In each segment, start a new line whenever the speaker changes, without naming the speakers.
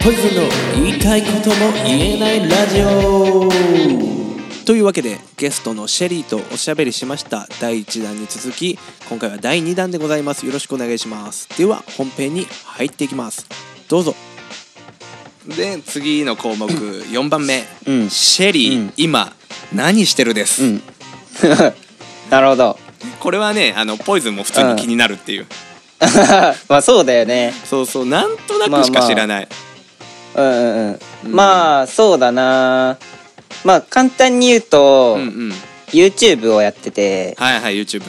ポイズンの言いたいことも言えないラジオというわけでゲストのシェリーとおしゃべりしました第1弾に続き今回は第2弾でございますよろしくお願いしますでは本編に入っていきますどうぞで次の項目4番目、
うん
シェリー、
うん
今何してるです、
うん。 なるほど。
これはねあのポイズンも普通に気になるっていう、
まあそうだよね。
そうそうなんとなくしか知らない、
うんうんうん。まあそうだな。まあ簡単に言うと、
うんうん
YouTube をやってて、
はいはい YouTube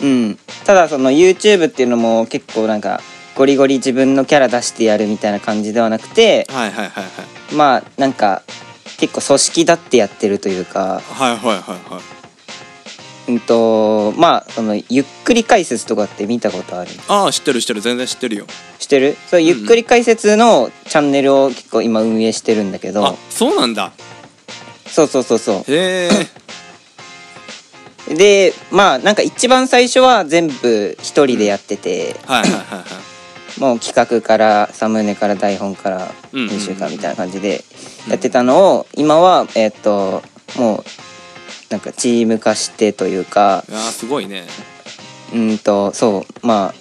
うん。ただその YouTube っていうのも結構なんかゴリゴリ自分のキャラ出してやるみたいな感じではなくて、
はいはいはいはい
まあなんか結構組織だってやってるというか、
はいはいはいはい
うんとまあそのゆっくり解説とかって見たことある。
ああ知ってる知ってる全然知ってるよ
してる？そうゆっくり解説のチャンネルを結構今運営してるんだけど
あ、そうなんだ
そうそうそうそう。
へえ
でまあなんか一番最初は全部一人でやってて、
はいはいはいはい
もう企画からサムネから台本から
うんうんうん
編集からみたいな感じでやってたのを今はえっ、ともうなんかチーム化してというか
あーすごいね
うんとそうまあ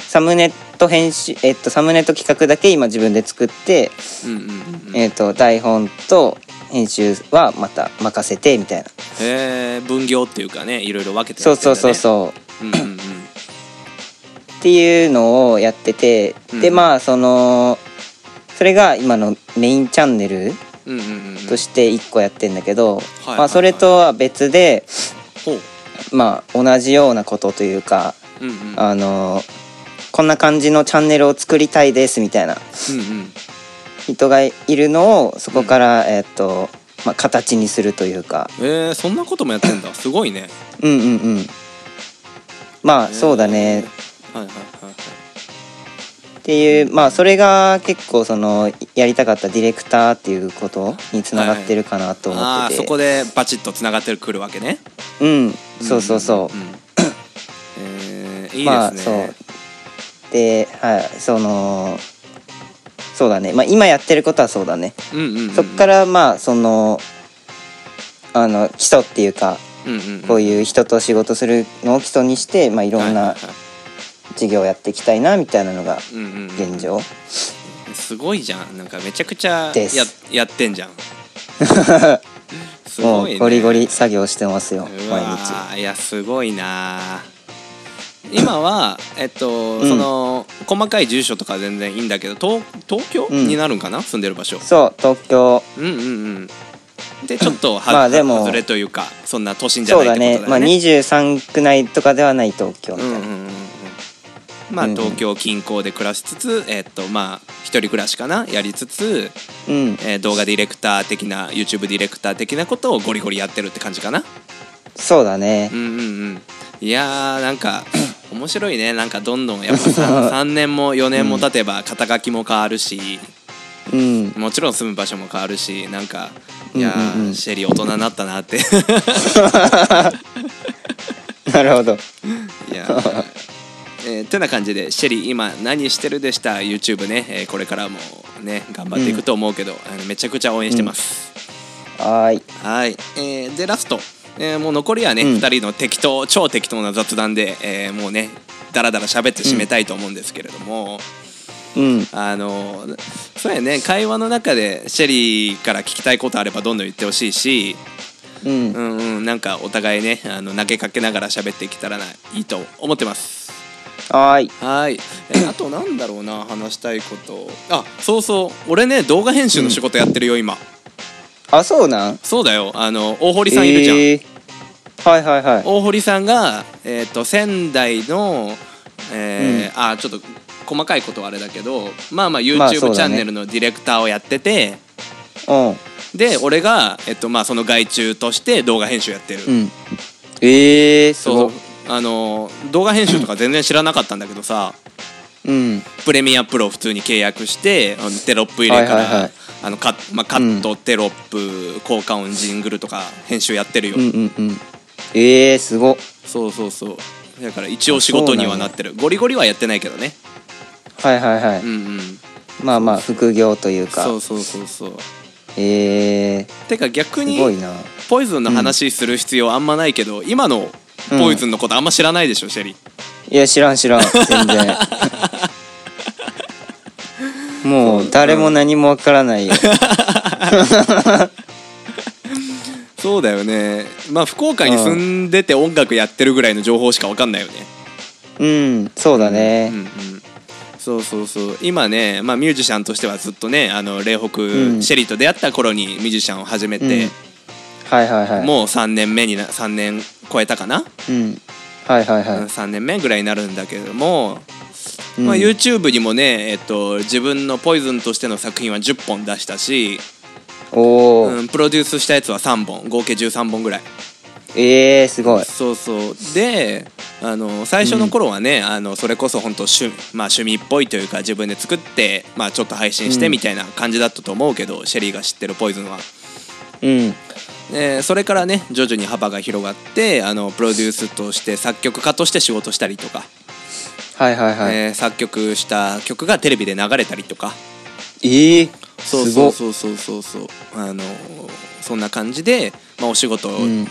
サムネと編集えっ、とサムネと企画だけ今自分で作って、
うんうんうんうんへ
えっ、と台本と編集はまた任せてみたいな、
え分業っていうかねいろいろ分けて
そうそうそう
う
そう
うんうんうん
っていうのをやってて、
うん
でまあそのそれが今のメインチャンネル
うんうんうん
として1個やってんだけど、
はい
まあ、それとは別で、
ほう
まあ、同じようなことというか、
うんうん
あのこんな感じのチャンネルを作りたいですみたいな
うんうん
人がいるのをそこから、えっとまあ、形にするというか
えー、そんなこともやってんだすごいね
うんうんうんまあそうだね、
へーはいはいはいは
っていうまあそれが結構そのやりたかったディレクターっていうことにつながってるかなと
い
思
あ
っ
あ
て
ーそ
て、
こでバチッとつながってくるわけね
うんそうそうそ
んんんえー、いいです
う
ね、
まあそうではいそのそうだねまあ今やってることはそうだね、
うんうんうんうん、
そっからまあそのあの基礎っていうか
うんうんうん
こういう人と仕事するのを基礎にして、まあいろん
は
ない
はいはい
事業をやっていきたいなみたいなのが
うんうんうん
現状、
すごいじゃんなんかめちゃくちゃ
です
ややって んじゃんす
も
ごい、ね、
うゴリゴリ作業してますよ
う
毎
わ
日。
ーいやすごいな今はえっと、
うん
その細かい住所とか全然いいんだけど東東京、
うん
になるんかな住んでる場所
そう東京
うんうんうんでちょっとは、
まあでも
外れというかそんな都心じゃ
そう
ない
だ
ってことだ
ね
よね
まあ23区内とかではない東京み
う
た
ん
いな、
うんうんうんまあ
うんうん
東京近郊で暮らしつつ、えっとまあ一人暮らしかなやりつつ、
うん
えー動画ディレクター的な YouTube ディレクター的なことをゴリゴリやってるって感じかな
そうだね
うんうんうんいやーなんか 面白いねなんかどんどんやっぱ さ3年も4年も経てば肩書きも変わるし
うん
もちろん住む場所も変わるしなんか
うん
いやー、
うんうん
シェリー大人になったな って
なるほど
いやーえーてな感じで「シェリー今何してる?」でした YouTube ね、えーこれからもね頑張っていくと思うけど、あのめちゃくちゃ応援してます、
はーい
はい、えーでラスト、えーもう残りはね、
うん
2人の適当超適当な雑談で、えーもうねダラダラ喋って締めたいと思うんですけれども、
うん
あのそうやね会話の中でシェリーから聞きたいことあればどんどん言ってほしいし、
うん
うんうん、なんかお互いねあの投げかけながら喋っていけたらないいと思ってます。
はーい
はい、え ーあとなんだろうな話したいことあそうそう俺ね動画編集の仕事やってるよ今、
あそうなん
そうだよあの大堀さんいるじゃん、
えーはいはいはい
大堀さんが、えー、と仙台の、えーあちょっと細かいことはあれだけどまあまあ
まあ
YouTube チ
そうだ
ャ
ね
ンネルのディレクターをやってて、
うん
で俺が、えっとまあ、その外注として動画編集やってる、
うんえー、す
そ
ご
うあの動画編集とか全然知らなかったんだけど さ
うん
プレミアプロを普通に契約してあのテロップ入れか
はいはいは
ら
い
あのカまあカット、テロップ効果音ジングルとか編集やってるよ、
うんうんうんえー、すご
そうそうそうだから一応仕事にはなってるゴリゴリはやってないけどね
はいはいはい、
うんうん
まあまあ副業というか
そうそうそうそう
えー、す
てか逆に
ごいな
ポイズンの話する必要あんまないけど、今のポイズンのことあんま知らないでしょ、シェリ
いや知らん知らん 全然もう誰も何もわからないよ
そうだよねまあ福岡に住んでて音楽やってるぐらいの情報しか分かんないよね
うんそうだね、
うんうんそうそうそう今ね、まあ、ミュージシャンとしてはずっとねあの嶺北、
ん
シェリーと出会った頃にミュージシャンを始めて、
はいはいはい
もう3年目にな3年超えたかな、
う、ん、はいはいはい、
3年目ぐらいになるんだけども、
うん
まあ、YouTube にもね、えっと、自分のポイズンとしての作品は10本出したし、
おお、
うん、プロデュースしたやつは3本合計13本ぐらい
ええー、すごい
そうそうであの最初の頃はね、あのそれこそ本当趣,、まあ、趣味っぽいというか自分で作って、まあ、ちょっと配信してみたいな感じだったと思うけど、シェリーが知ってるポイズンは、
うん
えーそれからね徐々に幅が広がってあのプロデュースとして作曲家として仕事したりとか、
はいはいはい、
えー作曲した曲がテレビで流れたりとか
ええー、
そう
す
そ
ご
う
っ
そうそうそうそうあのそんな感じで、まあ、お仕事を
うん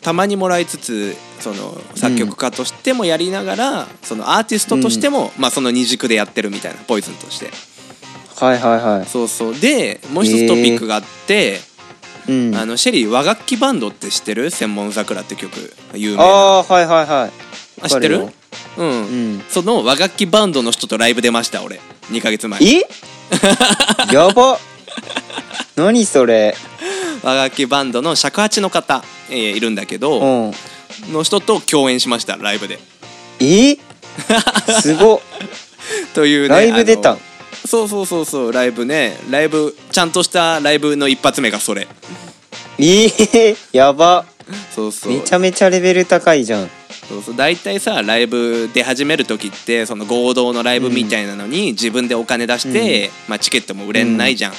たまにもらいつつその作曲家としてもやりながら、そのアーティストとしても、まあ、その二軸でやってるみたいなポイズンとして
はいはいは
そうそうでもう一つトピックがあって、
いうん
あのシェリー和楽器バンドって知ってる「千本桜」って曲有名な
ああーはいはいはい
あ知って
わ
る
か
うん、
うん
その和楽器バンドの人とライブ出ました俺2ヶ月前
えやば何それ
和楽器バンドの尺八の方、えーいるんだけど、
うん
の人と共演しましたライブで。
えすごっ
というね
ライブ出た
あのそうそうそうそうライブねライブちゃんとしたライブの一発目がそれ
えー、やば
そうそう
めちゃめちゃレベル高いじゃん
そうそう大体さライブ出始める時ってその合同のライブみたいなのに、自分でお金出して、まあ、チケットも売れないじゃん、
は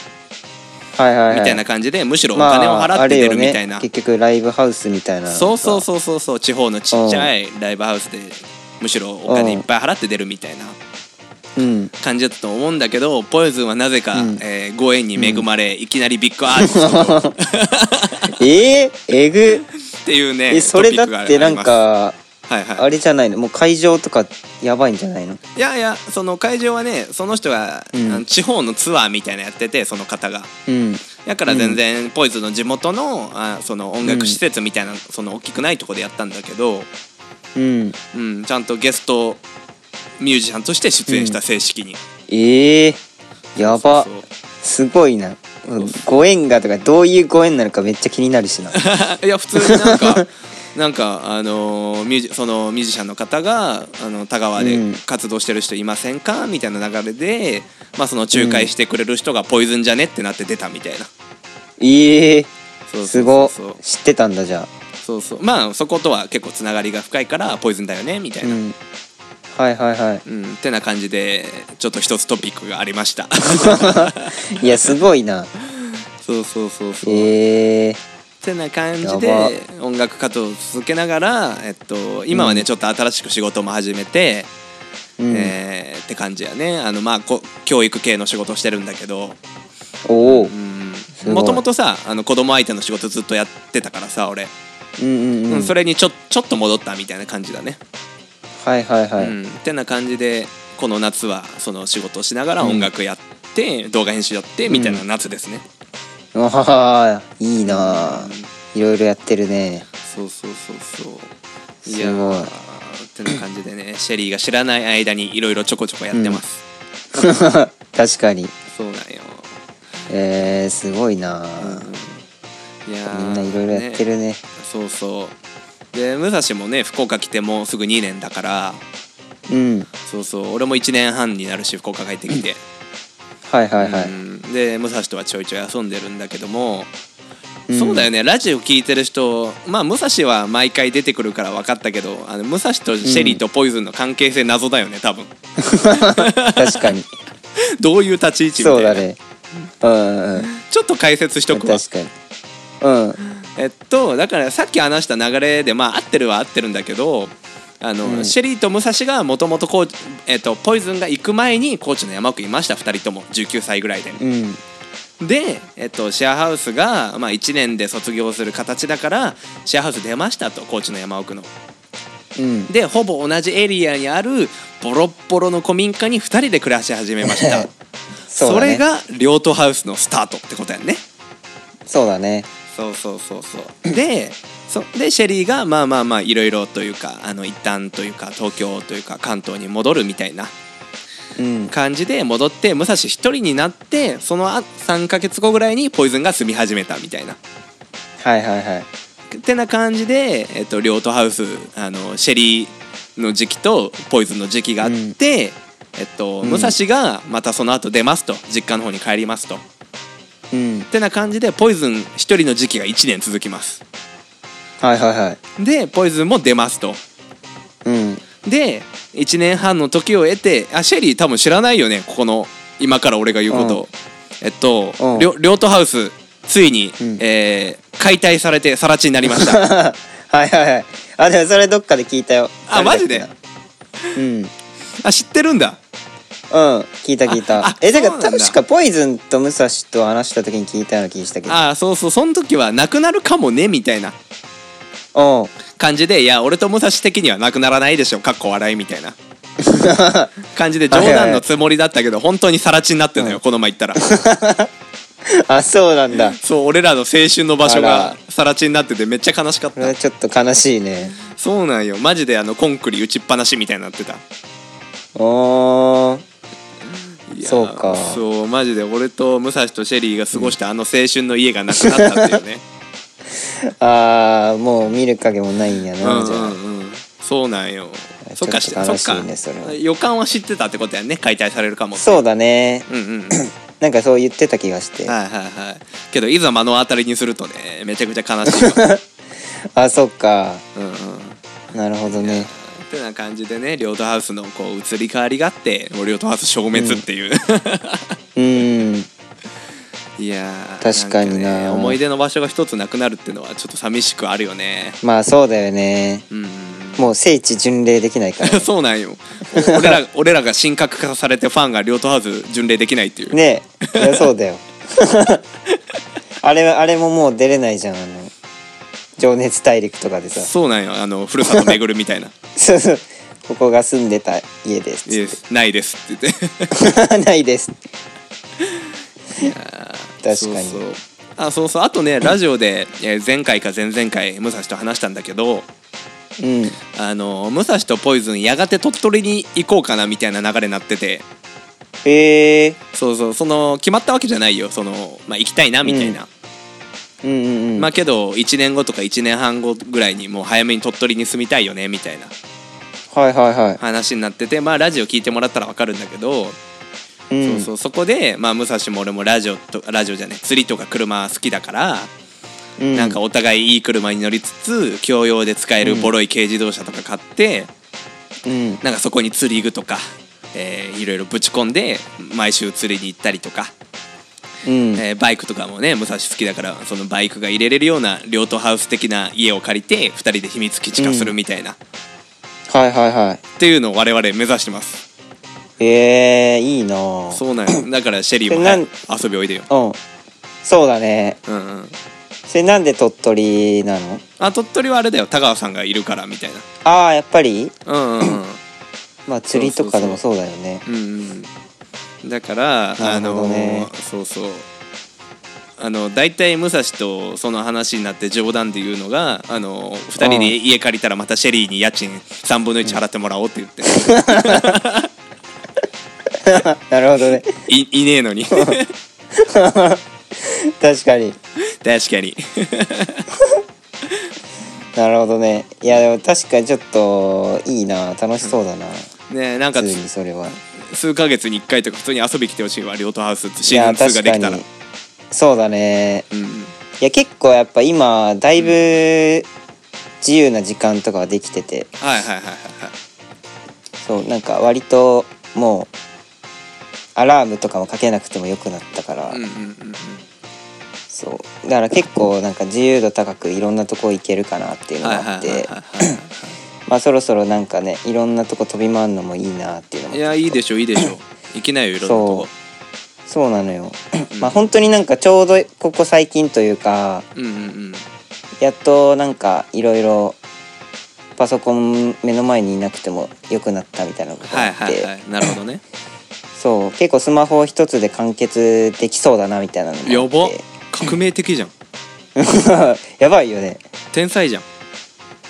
いはいはい
みたいな感じでむしろお金を払って出るみたいな、
まああれよね、結局ライブハウスみたいな
そうそうそうそうそう地方のちっちゃいライブハウスでむしろお金いっぱい払って出るみたいな
ううん
感じだったと思うんだけどポイズンはなぜか、
うん
えーご縁に恵まれ、いきなりビッグアーティストと
えー、えぐ
っていうね
えそれだってなん、
トピック
か
がありますはいは
あれじゃないのもう会場とかやばいんじゃないの
い、いやいやその会場はねその人が、
うん
あの地方のツアーみたいなのやっててその方が
うん
だから全然、ポイズの地元のあその音楽施設みたいな、その大きくないとこでやったんだけど、
うん
うん、ちゃんとゲストミュージシャンとして出演した正式に、
ええー、やば
そうそう
すごいなうんご縁がとかどういうご縁なのかめっちゃ気にな るしな
いや普通になんか なんかあのーミュージそのミュージシャンの方があの田川
う
で
ん
活動してる人いませんかみたいな流れで、まあ、その仲介してくれる人がポイズンじゃねってなって出たみたいな。
ええ
そうそうそうそう
ー、すごっ知ってたんだじゃあ
そうそうまあそことは結構つながりが深いからポイズンだよねみたいうな、
んはいはいは
うんてな感じでちょっと一つトピックがありました
いいやすごいな
そうそうそうそう、
ええー、
てな感じ
やば
で音楽活動を続けながら、えっと、今はね、
うん
ちょっと新しく仕事も始めて、
うん、
えーって感じやねあのまあこ教育系の仕事をしてるんだけど
おおう
うんん
ごい
もともとさあの子供相手の仕事ずっとやってたからさ俺、
うんうん、
うん、それにちょちょっと戻ったみたいな感じだね
はいはいはい、
うん、てな感じでこの夏はその仕事をしながら
うん
音楽やって、動画編集やってみたいな夏ですね、
わあいいなあいろいろやってるね
そうそうそうそう
すごい
やーてな感じでねシェリーが知らない間にいろいろちょこちょこやってます、
確かに
そうなんよ
えー、すごいなあ
いやー
みんないろいろやってるね
そうそうで武蔵もね福岡来てもうすぐ2年だから
うん
そうそう俺も1年半になるし福岡帰ってきて、
はいはいはい、
うんで武蔵とはちょいちょい遊んでるんだけども、
うん
そうだよねラジオ聞いてる人まあ武蔵は毎回出てくるから分かったけどあの武蔵とシェリーとポイズンの関係性謎だよね多分
確かに
どういう立ち位置みたい
そう
な
だねう んうんうん
ちょっと解説しとくわ
確かにうん
えっとだからさっき話した流れでまあ合ってるは合ってるんだけどあの、
うん
シェリーと武蔵がもともとこう、えっとポイズンが行く前に高知の山奥にいました2人とも19歳ぐらいで。
うん
で、えっと、シェアハウスが、まあ、1年で卒業する形だからシェアハウス出ましたと高知の山奥の。
うん
でほぼ同じエリアにあるボロッボロの古民家に2人で暮らし始めましたそ,、
そうだね
れが両都ハウスのスタートってことやんね
そうだね
そうそうそうそうでそでシェリーがまあまあまあいろいろというかあの一旦というか東京というか関東に戻るみたいな
うん
感じで戻って武蔵一人になってそのあ3ヶ月後ぐらいにポイズンが住み始めたみたいな
はいはいはい
ってな感じで、えっと、両都ハウスあのシェリーの時期とポイズンの時期があって、
うん
えっと、
うん
武蔵がまたその後出ますと実家の方に帰りますとっ
うん
てな感じでポイズン一人の時期が1年続きます
はいはいはい
でポイズンも出ますと
うん
で1年半の時を経てあシェリー多分知らないよねここの今から俺が言うことを、えっと、
うん
両両都ハウスついに、
うん
えー解体されて更地になりました
はいはいはいあでもそれどっかで聞いたよ
あマジで
誰だっけなうんうん
あ知ってるんだ
聞いた聞い
ああ
たえだか
そう
ら
なんだ
確かポイズンと武蔵と話した時に聞いたような気がしたけど
ああそうそうその時はなくなるかもねみたいな
おう
感じでいや俺と武蔵的にはなくならないでしょかっこ笑いみたい な感じで冗談のつもりだったけど本当に更地になってんのよ、
うん
この前行ったら
あそうなんだ
そう俺らの青春の場所
あ
が
ら
更地になっててめっちゃ悲しかっ
これは
た
ちょっと悲しいね
そうなんよマジであのコンクリ打ちっぱなしみたいになってた
おー
いや
そうか
そうマジで俺と武蔵とシェリーが過ごしたあの青春の家がなくなったっていう ね
あーもう見る影もないんや
う
な、
ん
じゃあ
うんうんそうなんよそっか
ち
し
ょっと
そ
悲
っ
しい
か
ねそれは
予感は知ってたってことやんね解体されるかもって
そうだね
うんうんうん
なんかそう言ってた気がして
はいはいはいけどいざ目の当たりにするとねめちゃくちゃ悲しい わ
あそっか
うんうんっ
なるほどね
てな感じでね両都ハウスのこう移り変わりがあってもう両都ハウス消滅っていう、
うん
いやー
確かになん
ね思い出の場所が一つなくなるっていうのはちょっと寂しくあるよね
まあそうだよね
うんうん
もう聖地巡礼できないか ら
そうなんよお俺ら俺らが神格化されてファンが両都ハウス巡礼できないっていう、
ねえいやそうだよ あれはあれももう出れないじゃんあの情熱大陸とかでさ
そうなんよあのふるさと巡るみたいな 「
そうそう ここが住んでた家です
いいですないです」って言って
ないです確かに
そうそうあそうそうあとねラジオで、えー前回か前々回武蔵と話したんだけど
うん
あの武蔵とポイズンやがて鳥取に行こうかなみたいな流れになってて
へえ
そうそうその決まったわけじゃないよその、まあ、行きたいなみたいな、
うんうんうん
まあけど1年後とか1年半後ぐらいにもう早めに鳥取に住みたいよねみたいな
はいはいは
話になっててまあラジオ聞いてもらったら分かるんだけど、
い
そ
うん
うそうそこで、まあ、武蔵も俺もラジオとラジオじゃね釣りとか車好きだから、
うん
なんかお互いいい車に乗りつつ共用で使えるボロい軽自動車とか買って、
うん
なんかそこに釣り具とか、えーいろいろぶち込んで毎週釣りに行ったりとか、
うん
えーバイクとかもね武蔵好きだからそのバイクが入れれるような両都ハウス的な家を借りて2人で秘密基地化するみたいな、っ
はいはいは
ていうのを我々目指してます
いえー、いいなぁ
そうなん よだからシェリーも
それなん
はい遊びおいでよ、
うんそうだね
うんうん、
それなんで鳥取なの
あ鳥取はあれだよ田川さんがいるからみたいな
ああやっぱり
うんうんうん
まあ釣りとかでもそうだよね
うんうん、だから、あ
なる
の
ほどね
そうそうあの大体武蔵とその話になって冗談で言うのがあの2人で家借りたらまたシェリーに家賃3分の1払ってもらおうって言 って、
なる ほどね
いいねえのに 確
確かに
かに
なるほどねいやでも確かにちょっといいな楽しそうだな
ねえなんか
普通にそれは
数ヶ月に1回とか普通に遊び来てほしいわ両トハウス
い
シ
や
ーズン2が
確
で
か
きたら
にそうだね
うんうん
いや結構やっぱ今だいぶ自由な時間とかはできてて
はいはいはいはいはい
そうなんか割ともうアラームとかもかけなくてもよくなったから、
うんうんうんうん
そうだから結構なんか自由度高くいろんなとこ行けるかなっていうの
はい
が
は
あっ
いはいはい
て
は
まあそろそろなんかねいろんなとこ飛び回るのもいいなっていうのも
いやいいでしょいいでしょ行きなよいろんなとこ
そうなのよ、
うん
まあ本当になんかちょうどここ最近というか
うんうん
やっとなんかいろいろパソコン目の前にいなくても良くなったみたいなことが
は
あ
い
って、
はいはいなるほどね
そう結構スマホ一つで完結できそうだなみたいなのもあって
やば革命的じゃん
やばいよね
天才じゃん、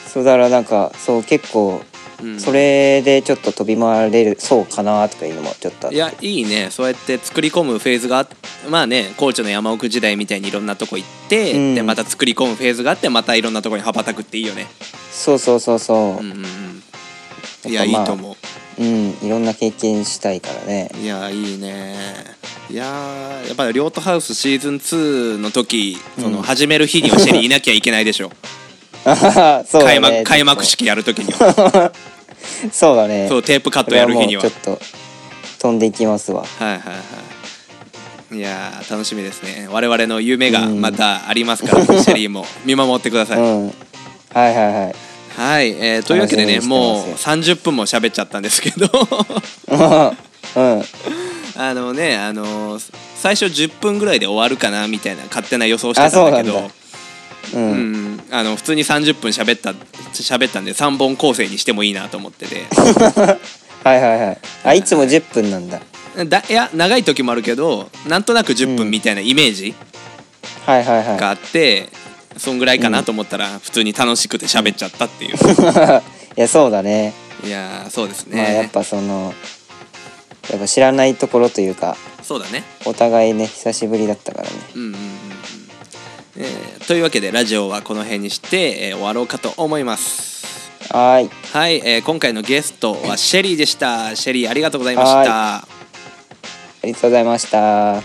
そうだからなんかそう結構
うん、
それでちょっと飛び回れるそうかなとかいうのもちょっとあっ
い
て
やいいねそうやって作り込むフェーズがあっまあね高知の山奥時代みたいにいろんなとこ行って、
うん
でまた作り込むフェーズがあってまたいろんなとこに羽ばたくっていいよね
そうそうそうそ
うんうんうんいや
やっ
いい
ぱまあ
と思
ううんいろんな経験したいから ね
ういやいいねいやーやっぱり「リョートハウスシーズン2」の時その
うん
始める日にはシェリーいなきゃいけないでしょ
あははそうだ
開
ね
幕開幕式やる時には
そうだね
そうテープカットやる日には
これはもうちょっと飛んでいきますわ
はいはいはいいやー楽しみですね我々の夢が
うん
またあります から、シェリーも見守ってください、
うんはいはいはい
はい、えーというわけでね
楽しみにして
も
ま
う
すよ
30分も喋っちゃったんですけど
うん
あのねあのー最初10分ぐらいで終わるかなみたいな勝手な予想してたんだけ
あそう
ど
なんだうん、
うんあの普通に30分喋った喋ったんで3本構成にしてもいいなと思ってて
はいはいはいあいつも10分なんだ
だいや長い時もあるけどなんとなく10分みたいなイメージ
はいはいはい
があって、そんぐらいかなと思ったら、普通に楽しくて喋っちゃったっていう
いやそうだね
いやーそうですね、
まあやっぱそのやっぱ知らないところというか
そうだね
お互いね久しぶりだったからね
うんうんうんうんえーというわけでラジオはこの辺にして、えー終わろうかと思います
はーい
はい、えー今回のゲストはシェリーでしたシェリーありがとうございました
ありがとうございました